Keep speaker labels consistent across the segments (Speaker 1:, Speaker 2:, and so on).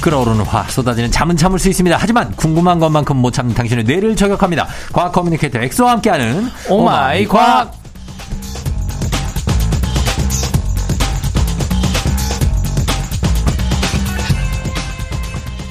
Speaker 1: 끓어오르는 화 쏟아지는 잠은 참을 수 있습니다. 하지만 궁금한 것만큼 못 참는 당신의 뇌를 저격합니다. 과학 커뮤니케이터 엑소와 함께하는
Speaker 2: 오마이 과학.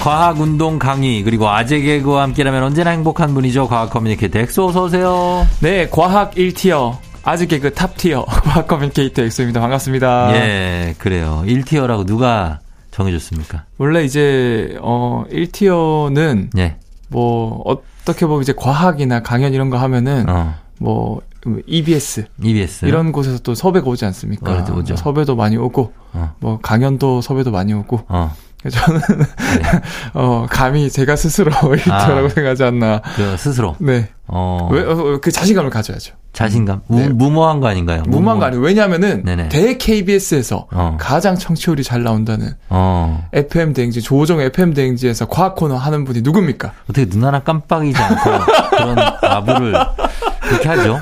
Speaker 1: 과학 운동 강의 그리고 아재 개그와 함께라면 언제나 행복한 분이죠. 과학 커뮤니케이터 엑소 어서 오세요.
Speaker 2: 네, 과학 1티어. 아직 개그 탑티어. 과학 커뮤니케이터 엑소입니다. 반갑습니다.
Speaker 1: 예, 그래요. 1티어라고 누가 정해줬습니까?
Speaker 2: 원래 이제, 어, 1티어는
Speaker 1: 예.
Speaker 2: 뭐, 어떻게 보면 이제 과학이나 강연 이런 거 하면은
Speaker 1: 어. E
Speaker 2: 뭐, EBS.
Speaker 1: EBS.
Speaker 2: 이런 곳에서 또 섭외가 오지 않습니까?
Speaker 1: 그래도 어, 오죠.
Speaker 2: 뭐 섭외도 많이 오고,
Speaker 1: 어.
Speaker 2: 뭐, 강연도 섭외도 많이 오고,
Speaker 1: 어.
Speaker 2: 저는,
Speaker 1: 예.
Speaker 2: 어, 감히 제가 스스로 1티어라고 생각하지 않나.
Speaker 1: 그 스스로.
Speaker 2: 네.
Speaker 1: 아. 어.
Speaker 2: 왜, 어, 그 자신감을 가져야죠.
Speaker 1: 자신감. 무,
Speaker 2: 네.
Speaker 1: 무모한 거 아닌가요?
Speaker 2: 무모한 거 아니에요. 왜냐면은,
Speaker 1: 네네.
Speaker 2: 대 KBS에서
Speaker 1: 어.
Speaker 2: 가장 청취율이 잘 나온다는
Speaker 1: 어.
Speaker 2: FM 대행지, 조종 FM 대행지에서 과학 코너 하는 분이 누굽니까?
Speaker 1: 어떻게 눈 하나 깜빡이지 않고 그런 아부를 그렇게 하죠?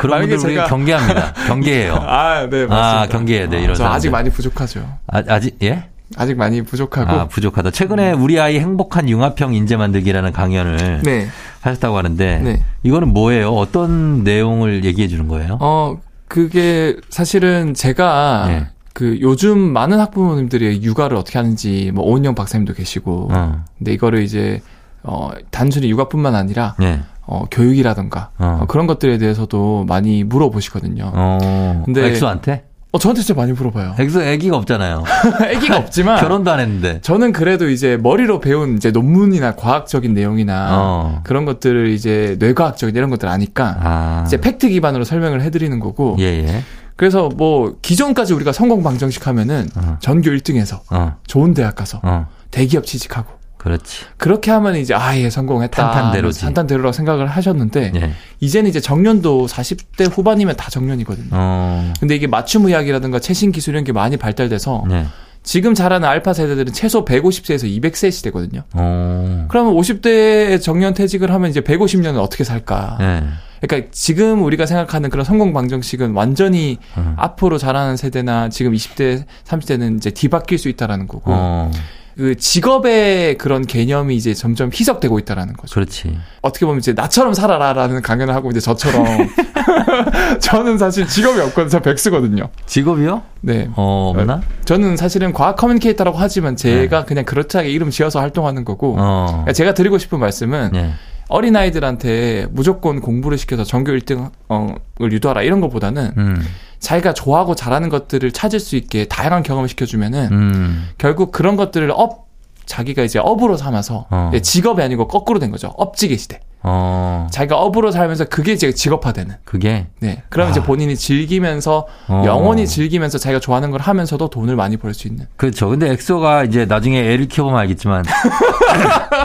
Speaker 1: 그런
Speaker 2: 만약에
Speaker 1: 분들 우리 가
Speaker 2: 제가-
Speaker 1: 경계합니다. 경계해요.
Speaker 2: 아, 네, 맞습니다.
Speaker 1: 아, 경계해야 돼,
Speaker 2: 아,
Speaker 1: 이런
Speaker 2: 저 아직
Speaker 1: 사람들.
Speaker 2: 많이 부족하죠.
Speaker 1: 아, 아직 예?
Speaker 2: 아직 많이 부족하고. 음.
Speaker 1: 아 부족하다. 최근에 우리 아이 행복한 융합형 인재 만들기라는 강연을
Speaker 2: 네.
Speaker 1: 하셨다고 하는데
Speaker 2: 네.
Speaker 1: 이거는 뭐예요? 어떤 내용을 얘기해 주는 거예요?
Speaker 2: 어, 그게 사실은 제가
Speaker 1: 예.
Speaker 2: 그 요즘 많은 학부모님들이 육아를 어떻게 하는지 뭐 오은영 박사님도 계시고.
Speaker 1: 어.
Speaker 2: 근데 이거를 이제 어, 단순히 육아뿐만 아니라
Speaker 1: 예.
Speaker 2: 어, 교육이라던가
Speaker 1: 어.
Speaker 2: 어, 그런 것들에 대해서도 많이 물어보시거든요.
Speaker 1: 어.
Speaker 2: 근데-
Speaker 1: 엑소한테?
Speaker 2: 어, 저한테 진짜 많이 물어봐요.
Speaker 1: 엑소 애기가 없잖아요.
Speaker 2: 애기가 없지만
Speaker 1: 결혼도 안 했는데.
Speaker 2: 저는 그래도 이제 머리로 배운 이제 논문이나 과학적인 내용이나
Speaker 1: 어.
Speaker 2: 그런 것들을 이제 뇌과학적인 이런 것들 아니까
Speaker 1: 아.
Speaker 2: 이제 뭐. 팩트 기반으로 설명을 해드리는 거고
Speaker 1: 예, 예.
Speaker 2: 그래서 뭐 기존까지 우리가 성공 방정식 하면은
Speaker 1: 어.
Speaker 2: 전교 1등에서
Speaker 1: 어.
Speaker 2: 좋은 대학 가서
Speaker 1: 어.
Speaker 2: 대기업 취직하고
Speaker 1: 그렇지.
Speaker 2: 그렇게 하면 이제 아예 성공했다
Speaker 1: 탄탄대로지.
Speaker 2: 탄탄대로라고 생각을 하셨는데
Speaker 1: 예.
Speaker 2: 이제는 이제 정년도 40대 후반이면 다 정년이거든요.
Speaker 1: 어.
Speaker 2: 근데 이게 맞춤 의학이라든가 최신 기술 이런 게 많이 발달돼서
Speaker 1: 예.
Speaker 2: 지금 자라는 알파 세대들은 최소 150세에서 200세 시대거든요.
Speaker 1: 어.
Speaker 2: 그러면 50대에 정년 퇴직을 하면 이제 150년은 어떻게 살까?
Speaker 1: 예.
Speaker 2: 그러니까 지금 우리가 생각하는 그런 성공 방정식은 완전히
Speaker 1: 어.
Speaker 2: 앞으로 자라는 세대나 지금 20대, 30대는 이제 뒤바뀔 수 있다라는 거고
Speaker 1: 어.
Speaker 2: 그 직업의 그런 개념이 이제 점점 희석되고 있다라는 거죠.
Speaker 1: 그렇지.
Speaker 2: 어떻게 보면 이제 나처럼 살아라라는 강연을 하고 이제 저처럼 저는 사실 직업이 없거든요. 저 백수거든요.
Speaker 1: 직업이요?
Speaker 2: 네.
Speaker 1: 어, 없나?
Speaker 2: 저는 사실은 과학 커뮤니케이터라고 하지만 제가 그냥 그렇다하게 이름 지어서 활동하는 거고
Speaker 1: 네. 어.
Speaker 2: 그러니까 제가 드리고 싶은 말씀은
Speaker 1: 예.
Speaker 2: 어린아이들한테 무조건 공부를 시켜서 전교 1등을 유도하라 이런 것보다는
Speaker 1: 음.
Speaker 2: 자기가 좋아하고 잘하는 것들을 찾을 수 있게 다양한 경험을 시켜주면은
Speaker 1: 음.
Speaker 2: 결국 그런 것들을 업 자기가 이제 업으로 삼아서
Speaker 1: 어.
Speaker 2: 이제 직업이 아니고 거꾸로 된 거죠 업지계 시대
Speaker 1: 어.
Speaker 2: 자기가 업으로 살면서 그게 이제 직업화되는
Speaker 1: 그게
Speaker 2: 네 그럼
Speaker 1: 아.
Speaker 2: 이제 본인이 즐기면서
Speaker 1: 어.
Speaker 2: 영원히 즐기면서 자기가 좋아하는 걸 하면서도 돈을 많이 벌 수 있는
Speaker 1: 그렇죠. 근데 엑소가 이제 나중에 애를 키워보면 알겠지만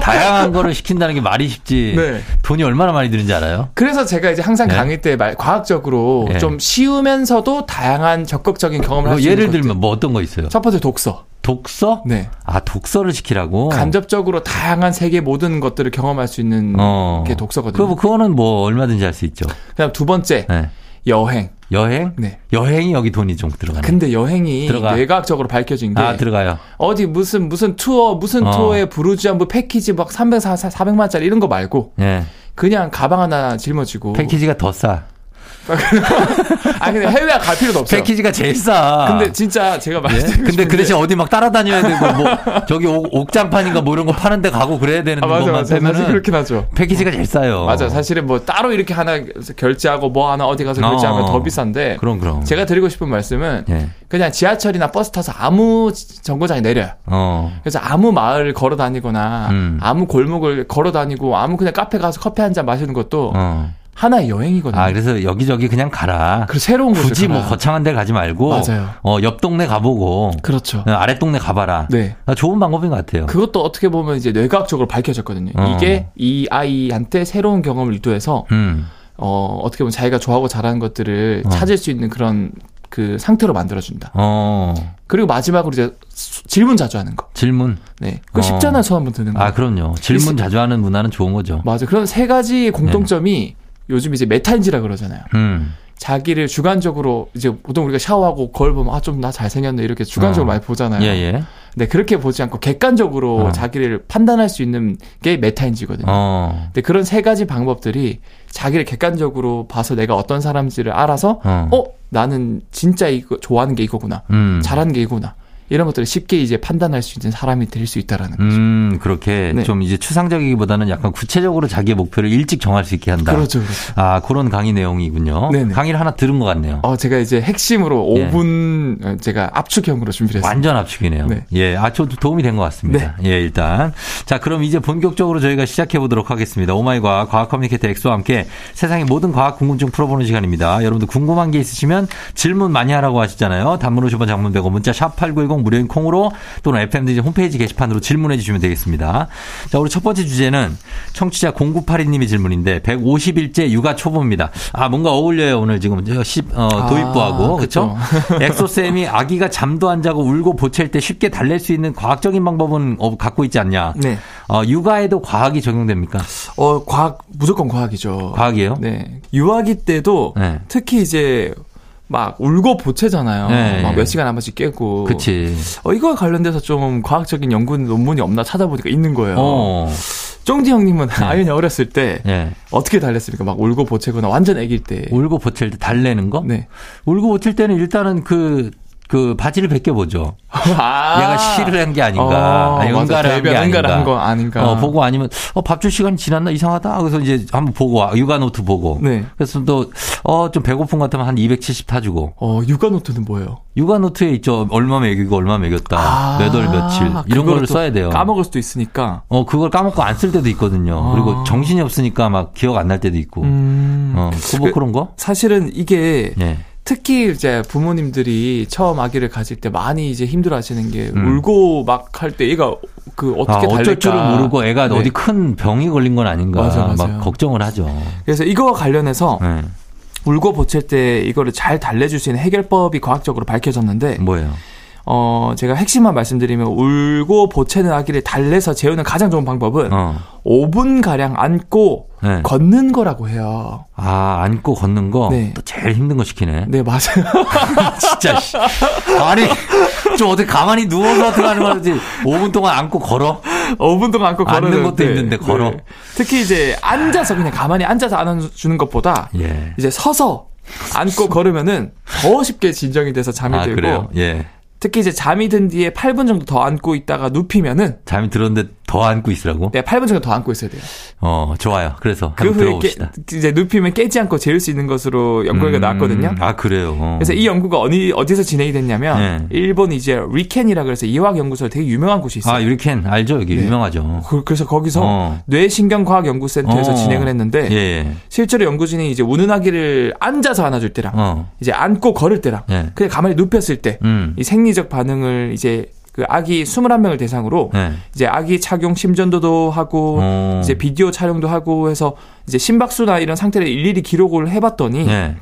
Speaker 1: 다양한 거를 시킨다는 게 말이 쉽지.
Speaker 2: 네.
Speaker 1: 돈이 얼마나 많이 드는지 알아요?
Speaker 2: 그래서 제가 이제 항상
Speaker 1: 네.
Speaker 2: 강의 때 말, 과학적으로
Speaker 1: 네.
Speaker 2: 좀 쉬우면서도 다양한 적극적인 경험을
Speaker 1: 뭐
Speaker 2: 할 수 있는
Speaker 1: 예를
Speaker 2: 것들.
Speaker 1: 들면 뭐 어떤 거 있어요?
Speaker 2: 첫 번째 독서.
Speaker 1: 독서?
Speaker 2: 네.
Speaker 1: 아 독서를 시키라고.
Speaker 2: 간접적으로 다양한 세계 모든 것들을 경험할 수 있는
Speaker 1: 어.
Speaker 2: 게 독서거든요.
Speaker 1: 그 뭐, 그거는 뭐 얼마든지 할 수 있죠.
Speaker 2: 그다음 두 번째
Speaker 1: 네.
Speaker 2: 여행.
Speaker 1: 여행?
Speaker 2: 네.
Speaker 1: 여행이 여기 돈이 좀 들어가네.
Speaker 2: 근데 여행이
Speaker 1: 들어가.
Speaker 2: 뇌과학적으로 밝혀진 게
Speaker 1: 아 들어가요.
Speaker 2: 어디 무슨 무슨 투어 무슨
Speaker 1: 어.
Speaker 2: 투어에 부르주아 뭐 패키지 막 300, 400만 원짜리 이런 거 말고
Speaker 1: 예.
Speaker 2: 그냥 가방 하나 짊어지고
Speaker 1: 패키지가 더 싸.
Speaker 2: 아 근데 해외 갈 필요도 없어요.
Speaker 1: 패키지가 제일 싸.
Speaker 2: 근데 진짜 제가
Speaker 1: 예?
Speaker 2: 말씀드리고
Speaker 1: 근데
Speaker 2: 싶은
Speaker 1: 그
Speaker 2: 게
Speaker 1: 대신 어디 막 따라다녀야 되고 뭐 저기 옥, 옥장판인가 뭐 이런 거 파는데 가고 그래야 되는
Speaker 2: 아 맞아
Speaker 1: 것만
Speaker 2: 맞아 사실
Speaker 1: 빼면은 어.
Speaker 2: 그렇긴 하죠.
Speaker 1: 패키지가 제일 싸요.
Speaker 2: 맞아 사실은 뭐 따로 이렇게 하나 결제하고 뭐 하나 어디 가서
Speaker 1: 어.
Speaker 2: 결제하면 더 비싼데
Speaker 1: 그럼 그럼.
Speaker 2: 제가 드리고 싶은 말씀은
Speaker 1: 예.
Speaker 2: 그냥 지하철이나 버스 타서 아무 정거장에 내려요.
Speaker 1: 어.
Speaker 2: 그래서 아무 마을을 걸어 다니거나
Speaker 1: 음.
Speaker 2: 아무 골목을 걸어 다니고 아무 그냥 카페 가서 커피 한 잔 마시는 것도
Speaker 1: 어.
Speaker 2: 하나의 여행이거든요.
Speaker 1: 아 그래서 여기저기 그냥 가라.
Speaker 2: 그리고 새로운 곳을
Speaker 1: 굳이 뭐
Speaker 2: 가라.
Speaker 1: 거창한 데 가지 말고
Speaker 2: 맞아요.
Speaker 1: 어, 옆 동네 가보고
Speaker 2: 그렇죠.
Speaker 1: 어, 아래 동네 가봐라.
Speaker 2: 네.
Speaker 1: 아, 좋은 방법인 것 같아요.
Speaker 2: 그것도 어떻게 보면 이제 뇌과학적으로 밝혀졌거든요.
Speaker 1: 어.
Speaker 2: 이게 이 아이한테 새로운 경험을 유도해서
Speaker 1: 음.
Speaker 2: 어, 어떻게 보면 자기가 좋아하고 잘하는 것들을
Speaker 1: 어.
Speaker 2: 찾을 수 있는 그런 그 상태로 만들어준다.
Speaker 1: 어.
Speaker 2: 그리고 마지막으로 이제 수- 질문 자주 하는 거.
Speaker 1: 질문.
Speaker 2: 네. 그거
Speaker 1: 어.
Speaker 2: 쉽잖아요, 손 한번 드는 거.
Speaker 1: 아 그럼요. 질문 자주 하는 문화는 좋은 거죠.
Speaker 2: 맞아. 그런 세 가지
Speaker 1: 네.
Speaker 2: 공통점이 요즘 이제 메타인지라 그러잖아요.
Speaker 1: 음.
Speaker 2: 자기를 주관적으로 이제 보통 우리가 샤워하고 거울 보면 아 좀 나 잘생겼네 이렇게 주관적으로
Speaker 1: 어.
Speaker 2: 많이 보잖아요.
Speaker 1: 예 예.
Speaker 2: 네, 그렇게 보지 않고 객관적으로
Speaker 1: 어.
Speaker 2: 자기를 판단할 수 있는 게 메타인지거든요.
Speaker 1: 어.
Speaker 2: 근데 그런 세 가지 방법들이 자기를 객관적으로 봐서 내가 어떤 사람인지를 알아서
Speaker 1: 어.
Speaker 2: 어, 나는 진짜 이거 좋아하는 게 이거구나.
Speaker 1: 음.
Speaker 2: 잘하는 게 이거구나. 이런 것들을 쉽게 이제 판단할 수 있는 사람이 될 수 있다라는 거죠.
Speaker 1: 음, 그렇게
Speaker 2: 네.
Speaker 1: 좀 이제 추상적이기보다는 약간 구체적으로 자기의 목표를 일찍 정할 수 있게 한다.
Speaker 2: 그렇죠, 그렇죠.
Speaker 1: 아, 그런 강의 내용이군요.
Speaker 2: 네네.
Speaker 1: 강의를 하나 들은 것 같네요.
Speaker 2: 어, 제가 이제 핵심으로
Speaker 1: 예.
Speaker 2: 5분 어, 제가 압축형으로 준비를 했습니다.
Speaker 1: 완전 압축이네요.
Speaker 2: 네.
Speaker 1: 예, 아, 저도 도움이 된 것 같습니다. 예, 일단. 자, 그럼 이제 본격적으로 저희가 시작해 보도록 하겠습니다. 오마이과 과학 커뮤니케이터 엑소와 함께 세상의 모든 과학 궁금증 풀어보는 시간입니다. 여러분들 궁금한 게 있으시면 질문 많이 하라고 하시잖아요. 단문 50원 장문 100원 문자 샵8910 무료인 콩으로 또는 FMDG 홈페이지 게시판으로 질문해 주시면 되겠습니다. 자, 우리 첫 번째 주제는 청취자 0982님의 질문인데 150일째 육아 초보입니다. 아, 뭔가 어울려요. 오늘 지금 저 시- 어,
Speaker 2: 아,
Speaker 1: 도입부하고. 그렇죠?
Speaker 2: 그쵸.
Speaker 1: 엑소쌤이 아기가 잠도 안 자고 울고 보챌 때 쉽게 달랠 수 있는 과학적인 방법은 어, 갖고 있지 않냐.
Speaker 2: 네.
Speaker 1: 어, 육아에도 과학이 적용됩니까?
Speaker 2: 어, 과학, 무조건 과학이죠.
Speaker 1: 과학이에요?
Speaker 2: 네. 유아기 때도
Speaker 1: 네.
Speaker 2: 특히 이제 막 울고 보채잖아요.
Speaker 1: 네.
Speaker 2: 막 몇 시간 한 번씩 깨고.
Speaker 1: 그치.
Speaker 2: 어, 이거와 관련돼서 좀 과학적인 연구 논문이 없나 찾아보니까 있는 거예요.
Speaker 1: 어. 네.
Speaker 2: 쫑지 형님은 아연이 어렸을 때
Speaker 1: 예.
Speaker 2: 어떻게 달랬습니까? 막 울고 보채거나 완전 아기일 때.
Speaker 1: 울고 보챌 때 달래는 거?
Speaker 2: 네.
Speaker 1: 울고 보챌 때는 일단은 그, 그 바지를 벗겨보죠.
Speaker 2: 아. 어.
Speaker 1: 얘가 시를 한 게 아닌가. 아니, 응가를 한 게 아닌가.
Speaker 2: 한거 아닌가.
Speaker 1: 어, 보고 아니면, 어, 밥줄 시간 지났나? 이상하다? 그래서 이제 한번 보고, 와. 육아 노트 보고.
Speaker 2: 네.
Speaker 1: 그래서 또, 어, 좀 배고픈 것 같으면 한 270 타주고.
Speaker 2: 어, 육아 노트는 뭐예요?
Speaker 1: 육아노트에 있죠. 얼마 먹이고 얼마 먹였다. 몇 월 아, 네 며칠. 이런
Speaker 2: 아, 그거를
Speaker 1: 거를
Speaker 2: 또
Speaker 1: 써야 돼요.
Speaker 2: 까먹을 수도 있으니까.
Speaker 1: 어, 그걸 까먹고 안 쓸 때도 있거든요.
Speaker 2: 아.
Speaker 1: 그리고 정신이 없으니까 막 기억 안 날 때도 있고.
Speaker 2: 음.
Speaker 1: 어, 그뭐
Speaker 2: 그-
Speaker 1: 그런 거?
Speaker 2: 사실은 이게
Speaker 1: 예.
Speaker 2: 특히 이제 부모님들이 처음 아기를 가질 때 많이 이제 힘들어하시는 게
Speaker 1: 음.
Speaker 2: 울고 막 할 때 얘가 그
Speaker 1: 아,
Speaker 2: 어떻게
Speaker 1: 어쩔
Speaker 2: 달릴까
Speaker 1: 줄은 모르고 애가
Speaker 2: 네.
Speaker 1: 어디 큰 병이 걸린 건 아닌가.
Speaker 2: 맞아요, 맞아요. 어.
Speaker 1: 막 걱정을 하죠.
Speaker 2: 그래서 이거와 관련해서
Speaker 1: 예.
Speaker 2: 울고 보챌 때 이거를 잘 달래줄 수 있는 해결법이 과학적으로 밝혀졌는데
Speaker 1: 뭐예요?
Speaker 2: 어 제가 핵심만 말씀드리면 울고 보채는 아기를 달래서 재우는 가장 좋은 방법은
Speaker 1: 어.
Speaker 2: 5분 가량 안고
Speaker 1: 예.
Speaker 2: 걷는 거라고 해요.
Speaker 1: 아, 안고 걷는 거?
Speaker 2: 네.
Speaker 1: 또 제일 힘든 거 시키네.
Speaker 2: 네 맞아요.
Speaker 1: 진짜, 씨. 아니, 좀 어떻게 가만히 누워서 들어가는 거지. 5분 동안 안고 걸어?
Speaker 2: 5분 동안 안고
Speaker 1: 앉는
Speaker 2: 걸어는
Speaker 1: 것도 있는데 걸어.
Speaker 2: 특히 이제 앉아서 그냥 가만히 앉아서 안아주는 것보다
Speaker 1: 예.
Speaker 2: 이제 서서 안고 걸으면은 더 쉽게 진정이 돼서 잠이
Speaker 1: 아,
Speaker 2: 들고
Speaker 1: 그래요? 예.
Speaker 2: 특히 이제 잠이 든 뒤에 8분 정도 더 안고 있다가 눕히면은
Speaker 1: 잠이 들었는데 더 안고 있으라고?
Speaker 2: 네 8분 정도 더 안고 있어야 돼요.
Speaker 1: 어, 좋아요. 그래서
Speaker 2: 그
Speaker 1: 한번
Speaker 2: 후에 깨,
Speaker 1: 들어봅시다.
Speaker 2: 이제 눕히면 깨지 않고 재울 수 있는 것으로 연구가
Speaker 1: 음,
Speaker 2: 나왔거든요.
Speaker 1: 아, 그래요. 어.
Speaker 2: 그래서 이 연구가 어디 어디서 진행이 됐냐면
Speaker 1: 네.
Speaker 2: 일본 이제 리켄이라 그래서 이화학 연구소 되게 유명한 곳이 있어요.
Speaker 1: 아, 유리캔 알죠? 여기
Speaker 2: 네.
Speaker 1: 유명하죠.
Speaker 2: 그, 래서 거기서 네.
Speaker 1: 어.
Speaker 2: 뇌신경과학연구센터에서
Speaker 1: 어.
Speaker 2: 진행을 했는데
Speaker 1: 예, 예.
Speaker 2: 실제로 연구진이 이제 우는 아기를 앉아서 안아줄 때랑
Speaker 1: 어.
Speaker 2: 이제 안고 걸을 때랑
Speaker 1: 예.
Speaker 2: 그냥 가만히 눕혔을 때
Speaker 1: 음.
Speaker 2: 이 생리적 반응을 이제 그 아기 21명을 대상으로
Speaker 1: 예.
Speaker 2: 이제 아기 착용 심전도도 하고
Speaker 1: 어.
Speaker 2: 이제 비디오 촬영도 하고 해서 이제 심박수나 이런 상태를 일일이 기록을 해봤더니
Speaker 1: 예.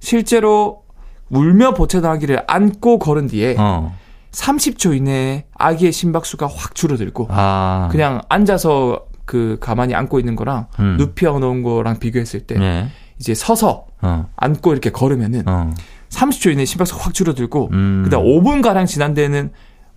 Speaker 2: 실제로 울며 보채던 아기를 안고 걸은 뒤에
Speaker 1: 어.
Speaker 2: 30초 이내에 아기의 심박수가 확 줄어들고
Speaker 1: 아.
Speaker 2: 그냥 앉아서 그 가만히 안고 있는 거랑
Speaker 1: 음.
Speaker 2: 눕혀 놓은 거랑 비교했을 때
Speaker 1: 예.
Speaker 2: 이제 서서
Speaker 1: 어.
Speaker 2: 안고 이렇게 걸으면은
Speaker 1: 어.
Speaker 2: 30초 이내에 심박수 확 줄어들고
Speaker 1: 음.
Speaker 2: 그다음 5분 가량 지난 데에는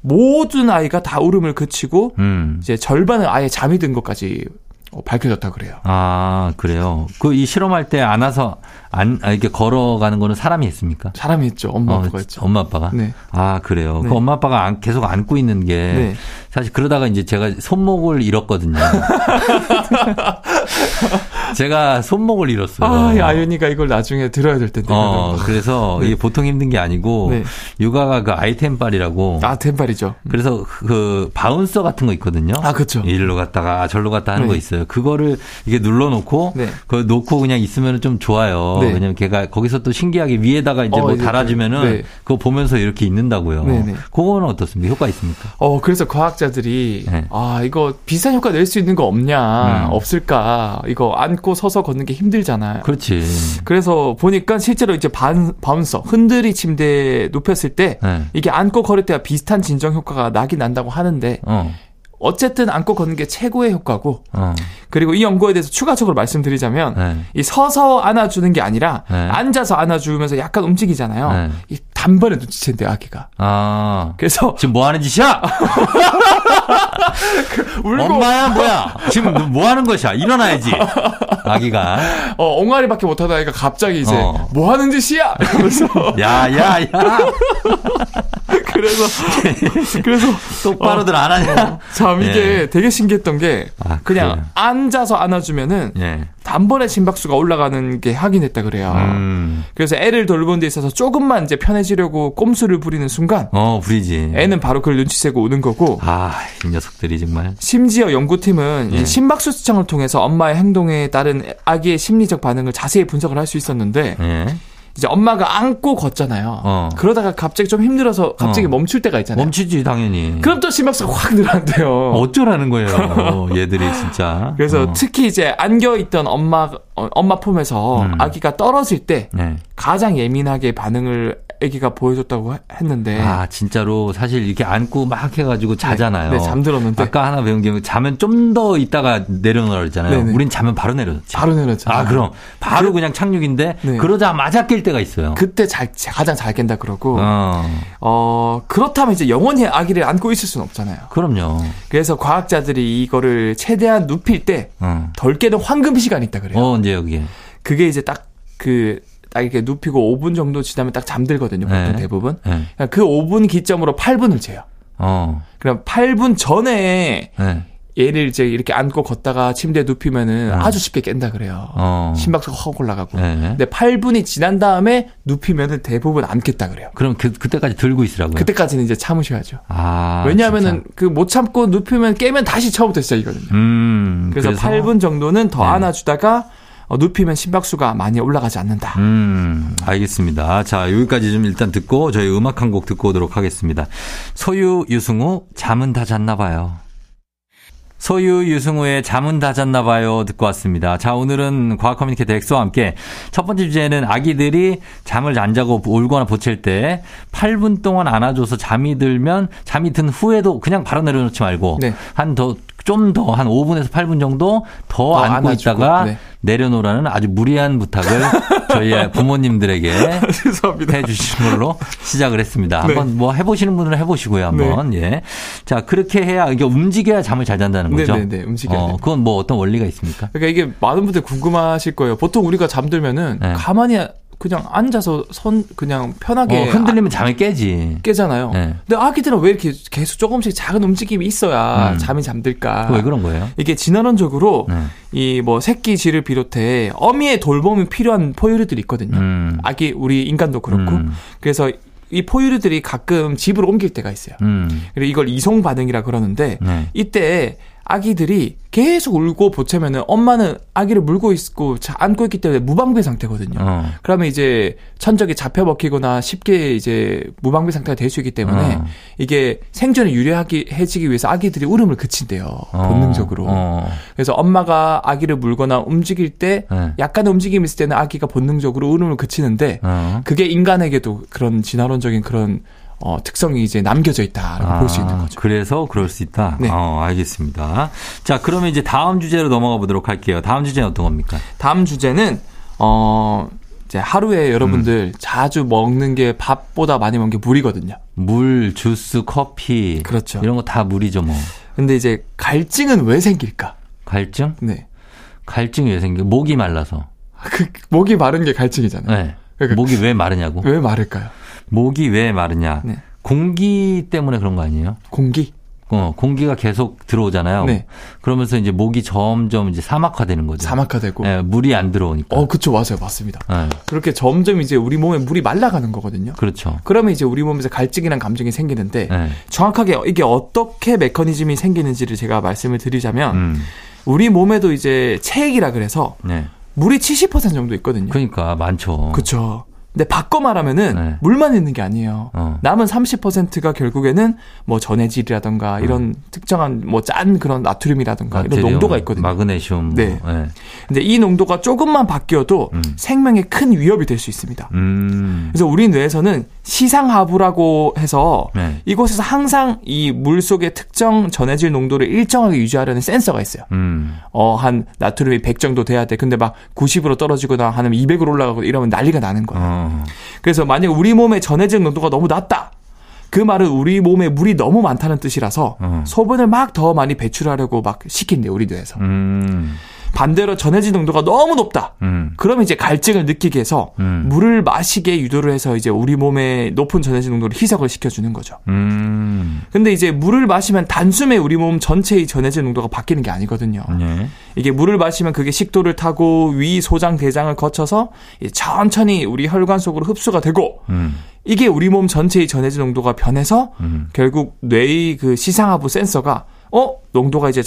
Speaker 2: 모든 아이가 다 울음을 그치고
Speaker 1: 음.
Speaker 2: 이제 절반은 아예 잠이 든 것까지 어, 밝혀졌다 그래요.
Speaker 1: 아, 그래요. 그 이 실험할 때 안아서 안 아, 이렇게 걸어가는 거는 사람이 했습니까?
Speaker 2: 사람이 했죠. 엄마
Speaker 1: 어,
Speaker 2: 아빠가 했죠.
Speaker 1: 엄마 아빠가?
Speaker 2: 네.
Speaker 1: 아, 그래요.
Speaker 2: 네.
Speaker 1: 그 엄마 아빠가 안- 계속 안고 있는 게
Speaker 2: 네.
Speaker 1: 사실 그러다가 이제 제가 손목을 잃었거든요. 제가 손목을 잃었어요.
Speaker 2: 아, 이 아윤이가 이걸 나중에 들어야 될 텐데.
Speaker 1: 어, 그래서 이게 보통 힘든 게 아니고
Speaker 2: 네.
Speaker 1: 육아가 그 아이템빨이라고
Speaker 2: 아, 된발이죠.
Speaker 1: 그래서 그 바운서 같은 거 있거든요.
Speaker 2: 아, 그쵸.
Speaker 1: 일로 갔다가 아, 절로 갔다 하는
Speaker 2: 네.
Speaker 1: 거 있어요. 그거를 이게 눌러놓고
Speaker 2: 네.
Speaker 1: 그걸 놓고 그냥 있으면 좀 좋아요.
Speaker 2: 네.
Speaker 1: 왜냐면 걔가 거기서 또 신기하게 위에다가 이제
Speaker 2: 어,
Speaker 1: 뭐
Speaker 2: 이제
Speaker 1: 달아주면은
Speaker 2: 네.
Speaker 1: 그거 보면서 이렇게 있는다고요.
Speaker 2: 네, 네.
Speaker 1: 그거는 어떻습니까? 효과 있습니까?
Speaker 2: 어, 그래서 과학자들이,
Speaker 1: 네.
Speaker 2: 아, 이거 비슷한 효과 낼 수 있는 거
Speaker 1: 음.
Speaker 2: 없냐, 없을까. 이거 안고 서서 걷는 게 힘들잖아요.
Speaker 1: 그렇지.
Speaker 2: 그래서 보니까 실제로 이제 반, 바운서, 흔들이 침대에 눕혔을 때,
Speaker 1: 네.
Speaker 2: 이게 안고 걸을 때와 비슷한 진정 효과가 나긴 난다고 하는데,
Speaker 1: 어.
Speaker 2: 어쨌든 안고 걷는 게 최고의 효과고
Speaker 1: 어.
Speaker 2: 그리고 이 연구에 대해서 추가적으로 말씀드리자면
Speaker 1: 네.
Speaker 2: 이 서서 안아주는 게 아니라
Speaker 1: 네.
Speaker 2: 앉아서 안아주면서 약간 움직이잖아요.
Speaker 1: 네.
Speaker 2: 이 단번에 눈치챈대요 아기가.
Speaker 1: 아.
Speaker 2: 그래서
Speaker 1: 지금 뭐 하는 짓이야?
Speaker 2: 아, 울고
Speaker 1: 엄마야 뭐야? 지금 너뭐 하는 것이야? 일어나야지. 아기가
Speaker 2: 어, 옹알이밖에 못하다 애가 갑자기 이제
Speaker 1: 어.
Speaker 2: 뭐 하는 짓이야 이러면서
Speaker 1: 야야야
Speaker 2: 그래서 그래서
Speaker 1: 똑바로들 안 하냐?
Speaker 2: 참 이게
Speaker 1: 예.
Speaker 2: 되게 신기했던 게
Speaker 1: 아,
Speaker 2: 그냥
Speaker 1: 그래요.
Speaker 2: 앉아서 안아주면은
Speaker 1: 예.
Speaker 2: 단번에 심박수가 올라가는 게 확인했다 그래요.
Speaker 1: 음.
Speaker 2: 그래서 애를 돌보는 데 있어서 조금만 이제 편해지려고 꼼수를 부리는 순간
Speaker 1: 어 부리지.
Speaker 2: 애는 바로 그걸 눈치채고 우는 거고
Speaker 1: 아이 녀석들이 정말.
Speaker 2: 심지어 연구팀은 이
Speaker 1: 예.
Speaker 2: 심박수 수청을 통해서 엄마의 행동에 따른 아기의 심리적 반응을 자세히 분석을 할 수 있었는데
Speaker 1: 예.
Speaker 2: 이제 엄마가 안고 걷잖아요.
Speaker 1: 어.
Speaker 2: 그러다가 갑자기 좀 힘들어서 갑자기
Speaker 1: 어.
Speaker 2: 멈출 때가 있잖아요.
Speaker 1: 멈추지 당연히.
Speaker 2: 그럼 또 심박수가 확 늘어난대요.
Speaker 1: 어쩌라는 거예요. 얘들이 진짜.
Speaker 2: 그래서
Speaker 1: 어.
Speaker 2: 특히 이제 안겨 있던 엄마 어, 엄마 품에서
Speaker 1: 음.
Speaker 2: 아기가 떨어질 때
Speaker 1: 네.
Speaker 2: 가장 예민하게 반응을 아기가 보여줬다고 해- 했는데
Speaker 1: 아 진짜로 사실 이렇게 안고 막 해가지고 자잖아요.
Speaker 2: 네. 네, 잠들었는데
Speaker 1: 어. 아까 하나 배운 게 자면 좀 더 있다가 내려놓으잖아요.
Speaker 2: 네네.
Speaker 1: 우린 자면 바로 내려놓지.
Speaker 2: 바로 내렸죠.
Speaker 1: 아 그럼 바로 그냥 착륙인데
Speaker 2: 네.
Speaker 1: 그러자마자 깰 때가 있어요.
Speaker 2: 그때 잘 가장 잘 깬다 그러고 어.
Speaker 1: 어,
Speaker 2: 그렇다면 이제 영원히 아기를 안고 있을 수는 없잖아요.
Speaker 1: 그럼요.
Speaker 2: 그래서 과학자들이 이거를 최대한 눕힐 때 덜
Speaker 1: 어,
Speaker 2: 깨는 황금 시간이 있다 그래요.
Speaker 1: 어 이제 여기.
Speaker 2: 그게 이제 딱 그 딱 이렇게 눕히고 5분 정도 지나면 딱 잠들거든요. 보통
Speaker 1: 네.
Speaker 2: 대부분.
Speaker 1: 예.
Speaker 2: 그냥 그 5분 기점으로 8분을 재요.
Speaker 1: 어,
Speaker 2: 그럼 8분 전에
Speaker 1: 예.
Speaker 2: 얘를 이제 이렇게 안고 걷다가 침대에 눕히면은
Speaker 1: 음.
Speaker 2: 아주 쉽게 깬다 그래요.
Speaker 1: 어.
Speaker 2: 심박수가 네. 확 올라가고.
Speaker 1: 예.
Speaker 2: 근데 8분이 지난 다음에 눕히면은 대부분 안 깼다 그래요.
Speaker 1: 그럼 그 그때까지 들고 있으라고요.
Speaker 2: 그때까지는 이제 참으셔야죠.
Speaker 1: 아
Speaker 2: 왜냐하면은 그 못 참고 눕히면 깨면 다시 처음부터 시작이거든요.
Speaker 1: 진짜. 음.
Speaker 2: 그래서, 8분 정도는
Speaker 1: 네.
Speaker 2: 더 안아주다가 어, 눕히면 심박수가 많이 올라가지 않는다.
Speaker 1: 음, 알겠습니다. 자, 여기까지 좀 일단 듣고 저희 음악 한 곡 듣고 오도록 하겠습니다. 소유, 유승우, 잠은 다 잤나 봐요. 소유, 유승우의 잠은 다 잤나 봐요 듣고 왔습니다. 자, 오늘은 과학 커뮤니케이터 엑소와 함께 첫 번째 주제는 아기들이 잠을 안 자고 울거나 보챌 때 8분 동안 안아줘서 잠이 들면 잠이 든 후에도 그냥 바로 내려놓지 말고
Speaker 2: 네.
Speaker 1: 한 더, 좀 더 한 5분에서 8분 정도 더
Speaker 2: 더
Speaker 1: 안고
Speaker 2: 안아주고,
Speaker 1: 있다가
Speaker 2: 네.
Speaker 1: 내려놓으라는 아주 무리한 부탁을 저희 부모님들에게
Speaker 2: 죄송합니다.
Speaker 1: 해 주신 걸로 시작을 했습니다.
Speaker 2: 네.
Speaker 1: 한번 뭐 해보시는 분은 해보시고요. 한번 예. 자 그렇게 해야 이게 움직여야 잠을 잘 잔다는 거죠.
Speaker 2: 네네네, 움직여야
Speaker 1: 어,
Speaker 2: 돼요.
Speaker 1: 그건 뭐 어떤 원리가 있습니까?
Speaker 2: 그러니까 이게 많은 분들 궁금하실 거예요. 보통 우리가 잠들면은
Speaker 1: 네.
Speaker 2: 가만히 그냥 앉아서 손 그냥
Speaker 1: 어,
Speaker 2: 편하게
Speaker 1: 흔들리면 잠이 깨지.
Speaker 2: 아- 깨잖아요.
Speaker 1: 네.
Speaker 2: 근데 아기들은 왜 이렇게 계속 조금씩 작은 움직임이 있어야
Speaker 1: 음.
Speaker 2: 잠이 잠들까?
Speaker 1: 그거 왜 그런 거예요?
Speaker 2: 이게 진화론적으로
Speaker 1: 네.
Speaker 2: 이 뭐 새끼 쥐를 비롯해 어미의 돌봄이 필요한 포유류들이 있거든요.
Speaker 1: 음.
Speaker 2: 아기 우리 인간도 그렇고
Speaker 1: 음.
Speaker 2: 그래서 이 포유류들이 가끔 집으로 옮길 때가 있어요.
Speaker 1: 음.
Speaker 2: 그리고 이걸 이송 반응이라 그러는데
Speaker 1: 네.
Speaker 2: 이때 아기들이 계속 울고 보채면은 엄마는 아기를 물고 있고 자- 안고 있기 때문에 무방비 상태거든요.
Speaker 1: 어.
Speaker 2: 그러면 이제 천적이 잡혀 먹히거나 쉽게 이제 무방비 상태가 될 수 있기 때문에
Speaker 1: 어.
Speaker 2: 이게 생존에 유리하게 해지기 위해서 아기들이 울음을 그친대요.
Speaker 1: 어.
Speaker 2: 본능적으로.
Speaker 1: 어.
Speaker 2: 그래서 엄마가 아기를 물거나 움직일 때
Speaker 1: 네.
Speaker 2: 약간의 움직임이 있을 때는 아기가 본능적으로 울음을 그치는데
Speaker 1: 어.
Speaker 2: 그게 인간에게도 그런 진화론적인 그런 어, 특성이 이제 남겨져 있다라고 볼 수 있는 거죠.
Speaker 1: 아, 그래서 그럴 수 있다.
Speaker 2: 네.
Speaker 1: 어, 알겠습니다. 자, 그러면 이제 다음 주제로 넘어가 보도록 할게요. 다음 주제는 어떤 겁니까?
Speaker 2: 다음 주제는 어 이제 하루에 여러분들 자주 먹는 게 밥보다 많이 먹는 게 물이거든요.
Speaker 1: 물, 주스, 커피.
Speaker 2: 그렇죠.
Speaker 1: 이런 거 다 물이죠, 뭐.
Speaker 2: 근데 이제 갈증은 왜 생길까?
Speaker 1: 갈증?
Speaker 2: 네.
Speaker 1: 갈증이 왜 생겨? 목이 말라서.
Speaker 2: 그 목이 마른 게 갈증이잖아요.
Speaker 1: 네.
Speaker 2: 그러니까
Speaker 1: 목이 왜 마르냐고?
Speaker 2: 왜 마를까요?
Speaker 1: 목이 왜 마르냐?
Speaker 2: 네.
Speaker 1: 공기 때문에 그런 거 아니에요?
Speaker 2: 공기.
Speaker 1: 어, 공기가 계속 들어오잖아요.
Speaker 2: 네.
Speaker 1: 그러면서 이제 목이 점점 이제 사막화되는 거죠.
Speaker 2: 사막화되고.
Speaker 1: 예, 물이 안 들어오니까.
Speaker 2: 어, 그쵸 맞아요. 맞습니다.
Speaker 1: 예,
Speaker 2: 그렇게 점점 이제 우리 몸에 물이 말라가는 거거든요.
Speaker 1: 그렇죠.
Speaker 2: 그러면 이제 우리 몸에서 갈증이란 감정이 생기는데
Speaker 1: 예.
Speaker 2: 정확하게 이게 어떻게 메커니즘이 생기는지를 제가 말씀을 드리자면
Speaker 1: 음.
Speaker 2: 우리 몸에도 이제 체액이라 그래서
Speaker 1: 네.
Speaker 2: 물이 70% 정도 있거든요.
Speaker 1: 그러니까 많죠.
Speaker 2: 그렇죠. 근데 바꿔 말하면은
Speaker 1: 네.
Speaker 2: 물만 있는 게 아니에요.
Speaker 1: 어.
Speaker 2: 남은 30%가 결국에는 뭐 전해질이라던가 이런 특정한 뭐 짠 그런 나트륨이라던가 이런
Speaker 1: 음. 나트륨,
Speaker 2: 농도가 있거든요.
Speaker 1: 마그네슘.
Speaker 2: 네.
Speaker 1: 뭐, 예.
Speaker 2: 근데 이 농도가 조금만 바뀌어도
Speaker 1: 음.
Speaker 2: 생명에 큰 위협이 될 수 있습니다.
Speaker 1: 음.
Speaker 2: 그래서 우리 뇌에서는 시상하부라고 해서
Speaker 1: 네.
Speaker 2: 이곳에서 항상 이 물 속의 특정 전해질 농도를 일정하게 유지하려는 센서가 있어요.
Speaker 1: 음.
Speaker 2: 어, 한 나트륨이 100 정도 돼야 돼. 근데 막 90으로 떨어지거나 하면 200으로 올라가고 이러면 난리가 나는
Speaker 1: 어.
Speaker 2: 거야. 그래서 만약 우리 몸의 전해질 농도가 너무 낮다. 그 말은 우리 몸에 물이 너무 많다는 뜻이라서
Speaker 1: 음.
Speaker 2: 소변을 막 더 많이 배출하려고 막 시킨대 우리 뇌에서.
Speaker 1: 음.
Speaker 2: 반대로 전해질 농도가 너무 높다.
Speaker 1: 음.
Speaker 2: 그러면 이제 갈증을 느끼게 해서
Speaker 1: 음.
Speaker 2: 물을 마시게 유도를 해서 이제 우리 몸의 높은 전해질 농도를 희석을 시켜주는 거죠.
Speaker 1: 음.
Speaker 2: 근데 이제 물을 마시면 단숨에 우리 몸 전체의 전해질 농도가 바뀌는 게 아니거든요.
Speaker 1: 예.
Speaker 2: 이게 물을 마시면 그게 식도를 타고 위, 소장, 대장을 거쳐서 이제 천천히 우리 혈관 속으로 흡수가 되고
Speaker 1: 음.
Speaker 2: 이게 우리 몸 전체의 전해질 농도가 변해서
Speaker 1: 음.
Speaker 2: 결국 뇌의 그 시상하부 센서가 어 농도가 이제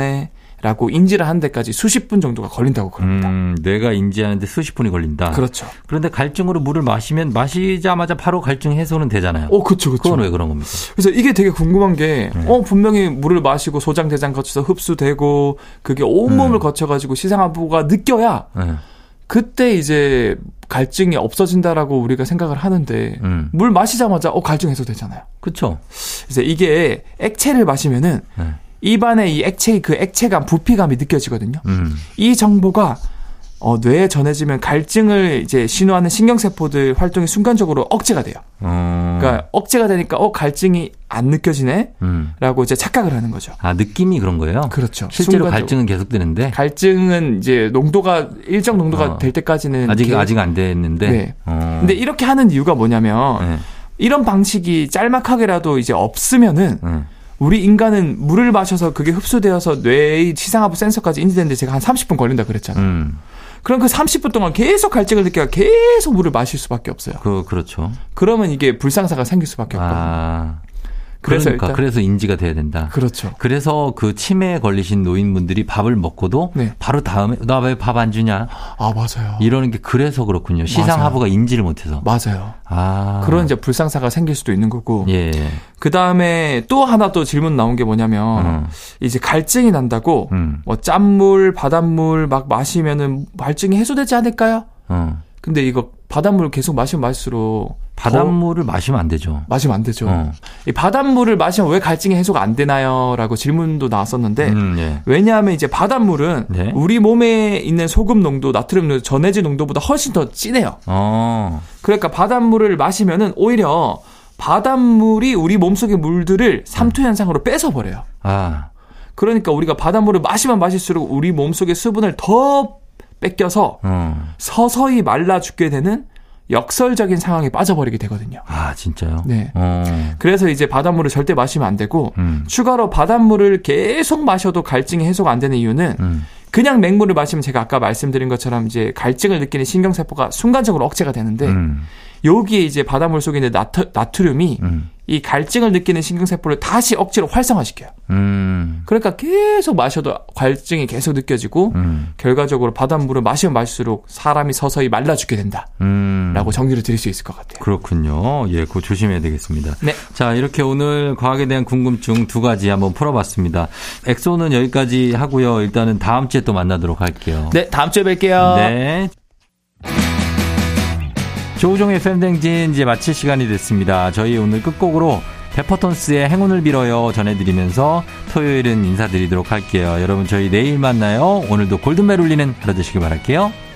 Speaker 2: 적당해졌네라고 인지를 하는 데까지 수십 분 정도가 걸린다고 그럽니다.
Speaker 1: 음, 뇌가 인지하는데 수십 분이 걸린다.
Speaker 2: 그렇죠.
Speaker 1: 그런데 갈증으로 물을 마시면 마시자마자 바로 갈증 해소는 되잖아요.
Speaker 2: 어, 그렇죠, 그렇죠.
Speaker 1: 그건 왜 그런 겁니까?
Speaker 2: 그래서 이게 되게 궁금한 게,
Speaker 1: 음.
Speaker 2: 어, 분명히 물을 마시고 소장대장 거쳐서 흡수되고, 그게 온몸을
Speaker 1: 음.
Speaker 2: 거쳐가지고 시상하부가 느껴야,
Speaker 1: 예.
Speaker 2: 그때 이제 갈증이 없어진다라고 우리가 생각을 하는데,
Speaker 1: 음.
Speaker 2: 물 마시자마자, 어, 갈증 해소되잖아요.
Speaker 1: 그렇죠.
Speaker 2: 그래서 이게 액체를 마시면은,
Speaker 1: 네.
Speaker 2: 입안에 이 액체의 그 액체감, 부피감이 느껴지거든요.
Speaker 1: 음.
Speaker 2: 이 정보가, 어, 뇌에 전해지면 갈증을 이제 신호하는 신경세포들 활동이 순간적으로 억제가 돼요.
Speaker 1: 어.
Speaker 2: 그러니까 억제가 되니까, 어, 갈증이 안 느껴지네?
Speaker 1: 음.
Speaker 2: 라고 이제 착각을 하는 거죠.
Speaker 1: 아, 느낌이 그런 거예요?
Speaker 2: 그렇죠.
Speaker 1: 실제로
Speaker 2: 순간적으로.
Speaker 1: 갈증은 계속되는데
Speaker 2: 갈증은 이제 농도가 일정 농도가
Speaker 1: 어.
Speaker 2: 될 때까지는
Speaker 1: 아직
Speaker 2: 계속-
Speaker 1: 아직 안 됐는데.
Speaker 2: 네.
Speaker 1: 어.
Speaker 2: 근데 이렇게 하는 이유가 뭐냐면
Speaker 1: 예.
Speaker 2: 이런 방식이 짤막하게라도 이제 없으면은
Speaker 1: 음.
Speaker 2: 우리 인간은 물을 마셔서 그게 흡수되어서 뇌의 시상하부 센서까지 인지되는데 제가 한 30분 걸린다 그랬잖아요.
Speaker 1: 음.
Speaker 2: 그럼 그 30분 동안 계속 갈증을 느끼가 계속 물을 마실 수밖에 없어요.
Speaker 1: 그 그렇죠.
Speaker 2: 그러면 이게 불상사가 생길 수밖에 없거든요.
Speaker 1: 아.
Speaker 2: 그래서
Speaker 1: 그러니까
Speaker 2: 일단-
Speaker 1: 그래서 인지가 돼야 된다.
Speaker 2: 그렇죠.
Speaker 1: 그래서 그 치매에 걸리신 노인분들이 밥을 먹고도
Speaker 2: 네.
Speaker 1: 바로 다음에 나 왜 밥 안 주냐
Speaker 2: 아 맞아요.
Speaker 1: 이러는 게 그래서 그렇군요. 시상
Speaker 2: 맞아요.
Speaker 1: 하부가 인지를 못해서.
Speaker 2: 맞아요.
Speaker 1: 아
Speaker 2: 그런 이제 불상사가 생길 수도 있는 거고.
Speaker 1: 예.
Speaker 2: 그 다음에 또 하나 또 질문 나온 게 뭐냐면
Speaker 1: 음.
Speaker 2: 이제 갈증이 난다고
Speaker 1: 음.
Speaker 2: 뭐 짠물, 바닷물 막 마시면은 갈증이 해소되지 않을까요?
Speaker 1: 어.
Speaker 2: 근데 이거 바닷물 계속 마시면 마실수록 더
Speaker 1: 바닷물을 마시면 안 되죠.
Speaker 2: 마시면 안 되죠.
Speaker 1: 어.
Speaker 2: 이 바닷물을 마시면 왜 갈증이 해소가 안 되나요?라고 질문도 나왔었는데
Speaker 1: 음, 예.
Speaker 2: 왜냐하면 이제 바닷물은
Speaker 1: 네.
Speaker 2: 우리 몸에 있는 소금 농도, 나트륨 농도, 전해질 농도보다 훨씬 더 진해요.
Speaker 1: 어.
Speaker 2: 그러니까 바닷물을 마시면은 오히려 바닷물이 우리 몸속의 물들을 삼투 현상으로 뺏어 버려요.
Speaker 1: 아.
Speaker 2: 그러니까 우리가 바닷물을 마시면 마실수록 우리 몸속의 수분을 더 뺏겨서
Speaker 1: 어.
Speaker 2: 서서히 말라 죽게 되는 역설적인 상황에 빠져버리게 되거든요.
Speaker 1: 아 진짜요?
Speaker 2: 네.
Speaker 1: 어.
Speaker 2: 그래서 이제 바닷물을 절대 마시면 안 되고
Speaker 1: 음.
Speaker 2: 추가로 바닷물을 계속 마셔도 갈증이 해소가 안 되는 이유는
Speaker 1: 음.
Speaker 2: 그냥 맹물을 마시면 제가 아까 말씀드린 것처럼 이제 갈증을 느끼는 신경세포가 순간적으로 억제가 되는데
Speaker 1: 음.
Speaker 2: 여기에 이제 바닷물 속에 있는 나트, 나트륨이
Speaker 1: 음.
Speaker 2: 이 갈증을 느끼는 신경세포를 다시 억지로 활성화시켜요.
Speaker 1: 음.
Speaker 2: 그러니까 계속 마셔도 갈증이 계속 느껴지고
Speaker 1: 음.
Speaker 2: 결과적으로 바닷물을 마시면 마실수록 사람이 서서히 말라 죽게 된다라고
Speaker 1: 음.
Speaker 2: 정리를 드릴 수 있을 것 같아요.
Speaker 1: 그렇군요. 예, 그거 조심해야 되겠습니다.
Speaker 2: 네.
Speaker 1: 자, 이렇게 오늘 과학에 대한 궁금증 두 가지 한번 풀어봤습니다. 엑소는 여기까지 하고요. 일단은 다음 주에 또 만나도록 할게요.
Speaker 2: 네, 다음 주에 뵐게요.
Speaker 1: 네. 조우종의 팬댕진 이제 마칠 시간이 됐습니다. 저희 오늘 끝곡으로 페퍼톤스의 행운을 빌어요 전해드리면서 토요일은 인사드리도록 할게요. 여러분 저희 내일 만나요. 오늘도 골든벨 울리는 하루 되시길 바랄게요.